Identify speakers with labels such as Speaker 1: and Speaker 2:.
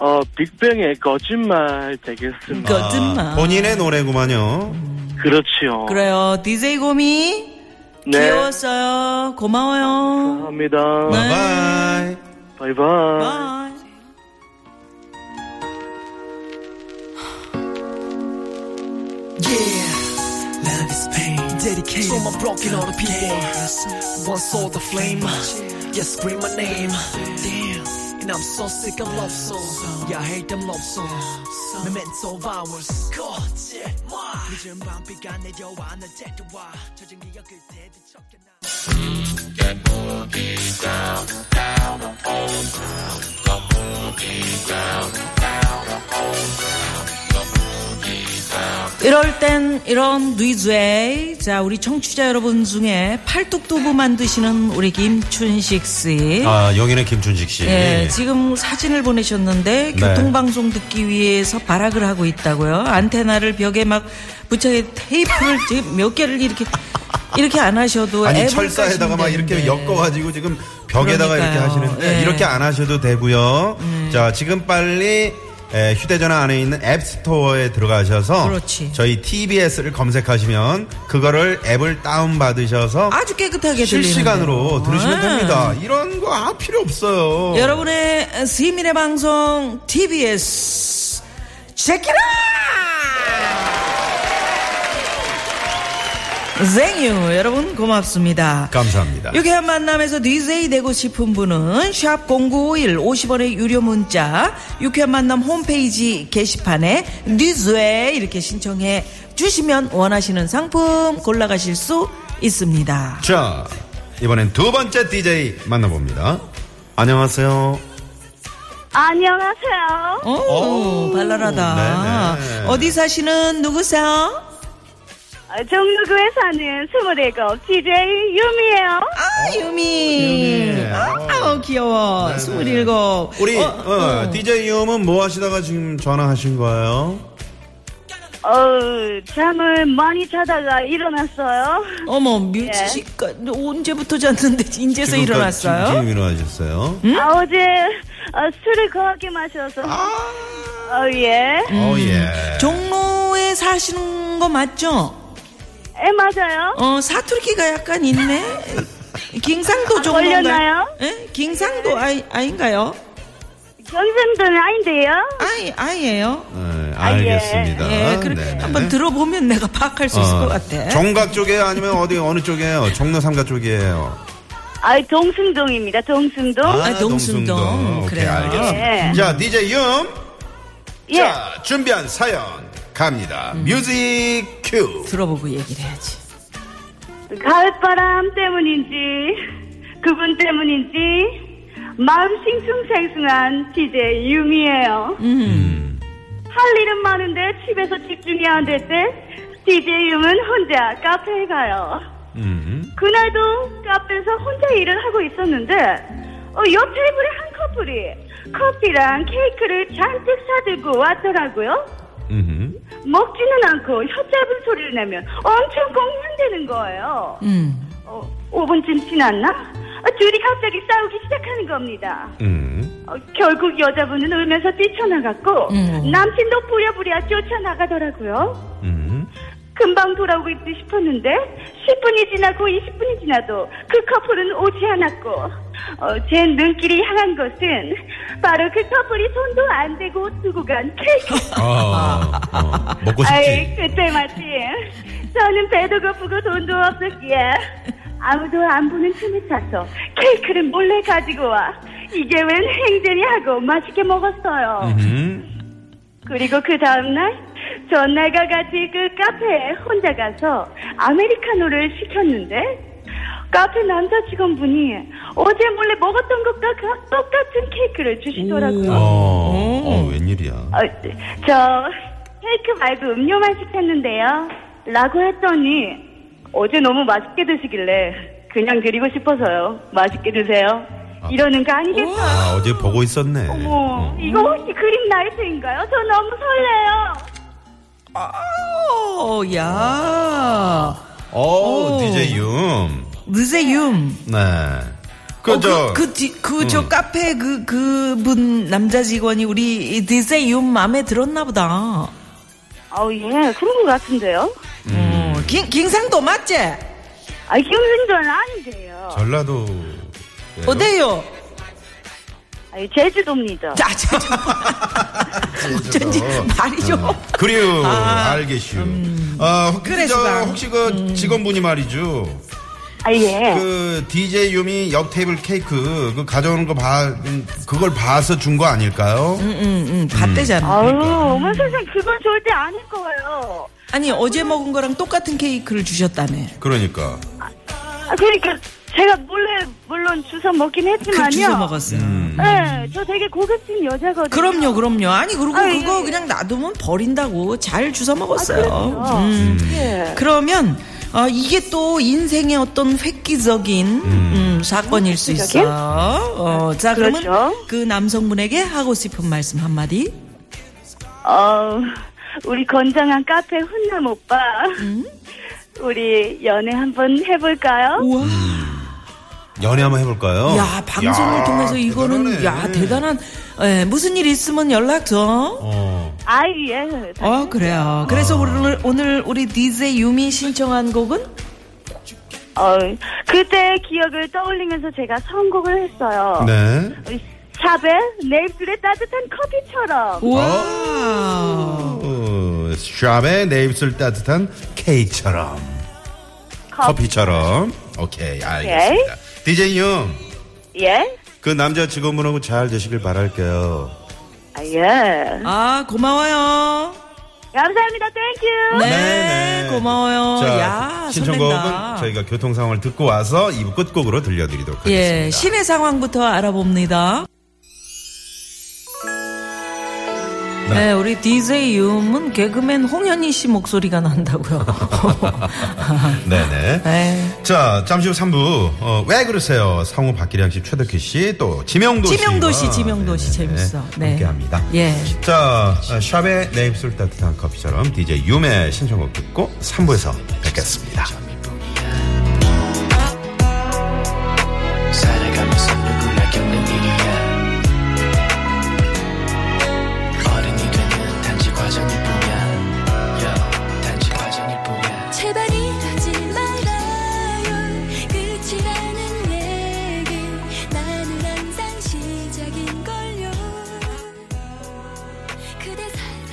Speaker 1: 어, 빅뱅의 거짓말 되겠습니다.
Speaker 2: 거짓말.
Speaker 3: 아, 본인의 노래구만요.
Speaker 1: 그렇지요.
Speaker 2: 그래요. DJ 고미.
Speaker 1: 네.
Speaker 2: 귀여웠어요. 고마워요.
Speaker 1: 감사합니다.
Speaker 2: 네.
Speaker 3: 바이.
Speaker 1: 바이바이.
Speaker 2: 바이.
Speaker 4: Love is pain. Dedicated to my broken hearted people. One soul the flame. Yes, scream my name. Damn. And I'm so sick of love songs. Yeah, I hate them love songs. Memento of ours. God, yeah. 늦은 밤비가 내려와 날 데려와 젖은 기억을 되뒤척여나
Speaker 2: 이럴 땐 이런 뉘즈에 자 우리 청취자 여러분 중에 팔뚝두부 만드시는 우리 김춘식 씨.
Speaker 3: 아 네. 영인의 김춘식 씨.
Speaker 2: 예, 지금 사진을
Speaker 3: 네.
Speaker 2: 보내셨는데 교통방송 듣기 위해서 발악을 하고 있다고요. 안테나를 벽에 막 부착해 테이프를 지금 몇 개를 이렇게 이렇게 안 하셔도
Speaker 3: 아니
Speaker 2: 앱을
Speaker 3: 철사에다가 막
Speaker 2: 까시면
Speaker 3: 이렇게
Speaker 2: 되는데.
Speaker 3: 엮어가지고 지금 벽에다가
Speaker 2: 그러니까요. 네.
Speaker 3: 이렇게 하시는데
Speaker 2: 예.
Speaker 3: 이렇게 안 하셔도 되고요. 자 지금 빨리 에, 휴대전화 안에 있는 앱스토어에 들어가셔서
Speaker 2: 그렇지.
Speaker 3: 저희 TBS를 검색하시면 그거를 앱을 다운받으셔서
Speaker 2: 아주 깨끗하게 들리는데요.
Speaker 3: 실시간으로 들으시면
Speaker 2: 아.
Speaker 3: 됩니다. 이런 거 아무 필요 없어요.
Speaker 2: 여러분의 시민의 방송 TBS 체키라 생유 여러분 고맙습니다.
Speaker 3: 감사합니다.
Speaker 2: 유쾌한 만남에서 DJ 되고 싶은 분은 샵 0951 50원의 유료 문자 유쾌한 만남 홈페이지 게시판에 DJ 이렇게 신청해 주시면 원하시는 상품 골라가실 수 있습니다.
Speaker 3: 자, 이번엔 두 번째 DJ 만나봅니다. 안녕하세요.
Speaker 5: 안녕하세요.
Speaker 2: 오, 발랄하다.
Speaker 3: 어? 네네.
Speaker 2: 어디 사시는 누구세요?
Speaker 5: 어, 종로구에 사는 27 DJ 유미예요.
Speaker 2: 아, 유미.
Speaker 3: 유미. 어.
Speaker 2: 아우, 귀여워.
Speaker 3: 네네.
Speaker 2: 스물일곱.
Speaker 3: 우리
Speaker 2: 어,
Speaker 3: 어, DJ 유음은 뭐 하시다가 지금 전화하신 거예요?
Speaker 5: 어, 잠을 많이 자다가 일어났어요.
Speaker 2: 어머,
Speaker 5: 예.
Speaker 2: 뮤지식가 언제부터 잤는데 인제서
Speaker 3: 지금까지
Speaker 2: 일어났어요? 음.
Speaker 3: 지금 일어나셨어요?
Speaker 5: 아, 어제 어, 술을 거하게 마셔서. 어, 예.
Speaker 3: 어, 예.
Speaker 2: 종로에 사시는 거 맞죠?
Speaker 5: 예, 맞아요.
Speaker 2: 어, 사투리기가 약간 있네.
Speaker 5: 아,
Speaker 2: 김상도 종로인가요?
Speaker 5: 걸렸나요?
Speaker 2: 예? 김상도 아이, 아닌가요?
Speaker 5: 경상도는 아닌데요.
Speaker 2: 아이, 아이예요.
Speaker 3: 네, 알겠습니다.
Speaker 2: 예, 그렇게
Speaker 3: 네네.
Speaker 2: 한번 들어보면 내가 파악할 수 있을
Speaker 3: 어,
Speaker 2: 것 같아.
Speaker 3: 종각 쪽이에요? 아니면 어디, 어느 쪽이에요? 종로 삼가 쪽이에요?
Speaker 5: 아, 동승동입니다. 동승동.
Speaker 2: 아, 동순동.
Speaker 3: 오케이,
Speaker 2: 그래요.
Speaker 3: 알겠습니다.
Speaker 5: 예.
Speaker 3: 자, DJ 유
Speaker 5: 예.
Speaker 3: 자, 준비한 사연 갑니다.
Speaker 2: 음.
Speaker 3: 뮤직 큐.
Speaker 2: 들어보고 얘기를 해야지.
Speaker 5: 가을바람 때문인지, 그분 때문인지, 마음 싱숭생숭한 DJ 유미예요. 할 일은 많은데 집에서 집중이 안 될 때, DJ 유미는 혼자 카페에 가요.
Speaker 2: 음,
Speaker 5: 그날도 카페에서 혼자 일을 하고 있었는데, 어, 옆 테이블에 한 커플이 커피랑 케이크를 잔뜩 사들고 왔더라고요.
Speaker 3: 음흠.
Speaker 5: 먹지는 않고 혀 짧은 소리를 내면 엄청 공감되는 거예요.
Speaker 2: 음.
Speaker 5: 어, 5분쯤 지났나? 아, 둘이 갑자기 싸우기 시작하는 겁니다.
Speaker 3: 음.
Speaker 5: 어, 결국 여자분은 울면서 뛰쳐나갔고
Speaker 2: 음.
Speaker 5: 남친도 부랴부랴 쫓아나가더라고요.
Speaker 3: 음.
Speaker 5: 금방 돌아오고 있지 싶었는데 10분이 지나고 20분이 지나도 그 커플은 오지 않았고 어, 제 눈길이 향한 것은 바로 그 커플이 손도 안 대고 두고 간 케이크.
Speaker 3: 어, 어, 먹고
Speaker 5: 아이,
Speaker 3: 싶지?
Speaker 5: 그때 마침 저는 배도 고프고 돈도 없었기에 아무도 안 보는 틈에 차서 케이크를 몰래 가지고 와 이게 웬 행제니 하고 맛있게 먹었어요.
Speaker 3: 음.
Speaker 5: 그리고 그 다음날 전날과 같이 그 카페에 혼자 가서 아메리카노를 시켰는데 카페 남자 직원분이 어제 몰래 먹었던 것과 가- 똑같은 케이크를 주시더라고요.
Speaker 3: 어, 어, 웬일이야.
Speaker 5: 어, 저 케이크 말고 음료만 시켰는데요. 라고 했더니 어제 너무 맛있게 드시길래 그냥 드리고 싶어서요. 맛있게 드세요.
Speaker 2: 아.
Speaker 5: 이러는 거 아니겠어?
Speaker 3: 아, 어제 보고 있었네.
Speaker 5: 어머, 이거 혹시 그림 나이트인가요? 저 너무 설레요.
Speaker 2: 어, 야.
Speaker 3: 어, 음.
Speaker 2: 오.
Speaker 3: DJ 유
Speaker 2: 느세윰.
Speaker 3: 네. 그,
Speaker 2: 어,
Speaker 3: 저, 음.
Speaker 2: 그, 그, 뒤- 그, 저 카페 그, 그 분, 남자 직원이 우리 이 느세윰 마음에 들었나 보다.
Speaker 5: 아우, 예, 그런 것 같은데요.
Speaker 2: 어,
Speaker 3: 음.
Speaker 2: 긴, 긴상도 맞지?
Speaker 3: 네.
Speaker 5: 아, 김승전은 아닌데요.
Speaker 3: 전라도. 네,
Speaker 2: 어때요? 네,
Speaker 5: 아, 제주도입니다.
Speaker 2: 자, 저, 저, 어쩐지 말이 좀.
Speaker 3: 그래요. 알겠슈. 아, 혹시,
Speaker 2: 그래,
Speaker 3: 저,
Speaker 2: 수강.
Speaker 3: 혹시 그 직원분이 말이죠.
Speaker 5: 아,
Speaker 2: 어.
Speaker 5: 예.
Speaker 3: 그 DJ 유미 옆 테이블 케이크 그 가져오는 거 봐, 음, 그걸 봐서 준 거 아닐까요?
Speaker 2: 응,
Speaker 3: 음.
Speaker 2: 응, 봤대잖아.
Speaker 5: 아우, 어머 세상, 그건 절대 아닐 거예요.
Speaker 2: 아니, 어제 먹은 거랑 똑같은 케이크를 주셨다며.
Speaker 3: 그러니까.
Speaker 5: 아, 그러니까 제가 몰래, 물론 주워 먹긴 했지만요.
Speaker 2: 그 주워 먹었어요.
Speaker 3: 음.
Speaker 5: 네, 저 되게 고급진 여자거든요.
Speaker 2: 그럼요, 그럼요. 아니, 그리고
Speaker 5: 아, 예,
Speaker 2: 그거
Speaker 5: 예.
Speaker 2: 그냥 놔두면 버린다고 잘 주워 먹었어요.
Speaker 5: 아, 그럼요.
Speaker 2: 음.
Speaker 5: 예.
Speaker 2: 그러면 어, 이게 또 인생의 어떤 획기적인 음, 사건일 수 있어.
Speaker 5: 획기적인?
Speaker 2: 어, 자 그러면
Speaker 5: 그렇죠.
Speaker 2: 그 남성분에게 하고 싶은 말씀 한마디.
Speaker 5: 어, 우리 건장한 카페 훈남 오빠.
Speaker 2: 음?
Speaker 5: 우리 연애 한번 해볼까요?
Speaker 2: 우와.
Speaker 3: 연애 한번 해볼까요?
Speaker 2: 야 방송을
Speaker 3: 음. 야,
Speaker 2: 통해서 이거는
Speaker 3: 대단하네. 음.
Speaker 2: 야 대단한 예, 무슨 일 있으면 연락 줘.
Speaker 3: 어.
Speaker 5: 아이, 예.
Speaker 2: 어 그래요. 그래서
Speaker 3: 아.
Speaker 2: 오늘 오늘 우리 DJ 유미 신청한 곡은
Speaker 5: 어, 그때 기억을 떠올리면서 제가 선곡을
Speaker 2: 아.
Speaker 5: 했어요.
Speaker 3: 네.
Speaker 5: 샵에 내입술의 따뜻한 커피처럼.
Speaker 2: 와.
Speaker 3: 어, 샵에 내 입술 따뜻한 케이크처럼 커피처럼 오케이 알겠습니다. DJ 형,
Speaker 5: 예?
Speaker 3: 그 남자 직원분하고 잘 되시길 바랄게요.
Speaker 5: 아, 예.
Speaker 2: 아 고마워요.
Speaker 5: 감사합니다. 땡큐.
Speaker 2: 네, 고마워요.
Speaker 3: 자,
Speaker 2: 야
Speaker 3: 신청곡은
Speaker 2: 설렌다.
Speaker 3: 저희가 교통 상황을 듣고 와서 2부 끝곡으로 들려드리도록 하겠습니다.
Speaker 2: 예 시내 상황부터 알아봅니다. 네. 우리 DJ 유음은 개그맨 홍현희 씨 목소리가 난다고요.
Speaker 3: 네네.
Speaker 2: 에이.
Speaker 3: 자, 잠시 후 3부, 어, 왜 그러세요? 상우 박기량 씨, 최덕희 씨, 또 아, 지명도 씨.
Speaker 2: 지명도 씨, 지명도 씨 재밌어. 네.
Speaker 3: 함께 합니다.
Speaker 2: 예.
Speaker 3: 자, 어, 샵의 내 입술 따뜻한 커피처럼 DJ 유메 신청곡 듣고 3부에서 뵙겠습니다.
Speaker 4: 살아가면서 누구나 겪는 일이야 어른이 되는 단지 과정일 뿐이야 y 단지 과정일 뿐이야
Speaker 6: 제발 이러지 말아요 끝이라는 얘기 나는 항상 시작인걸요 그대 살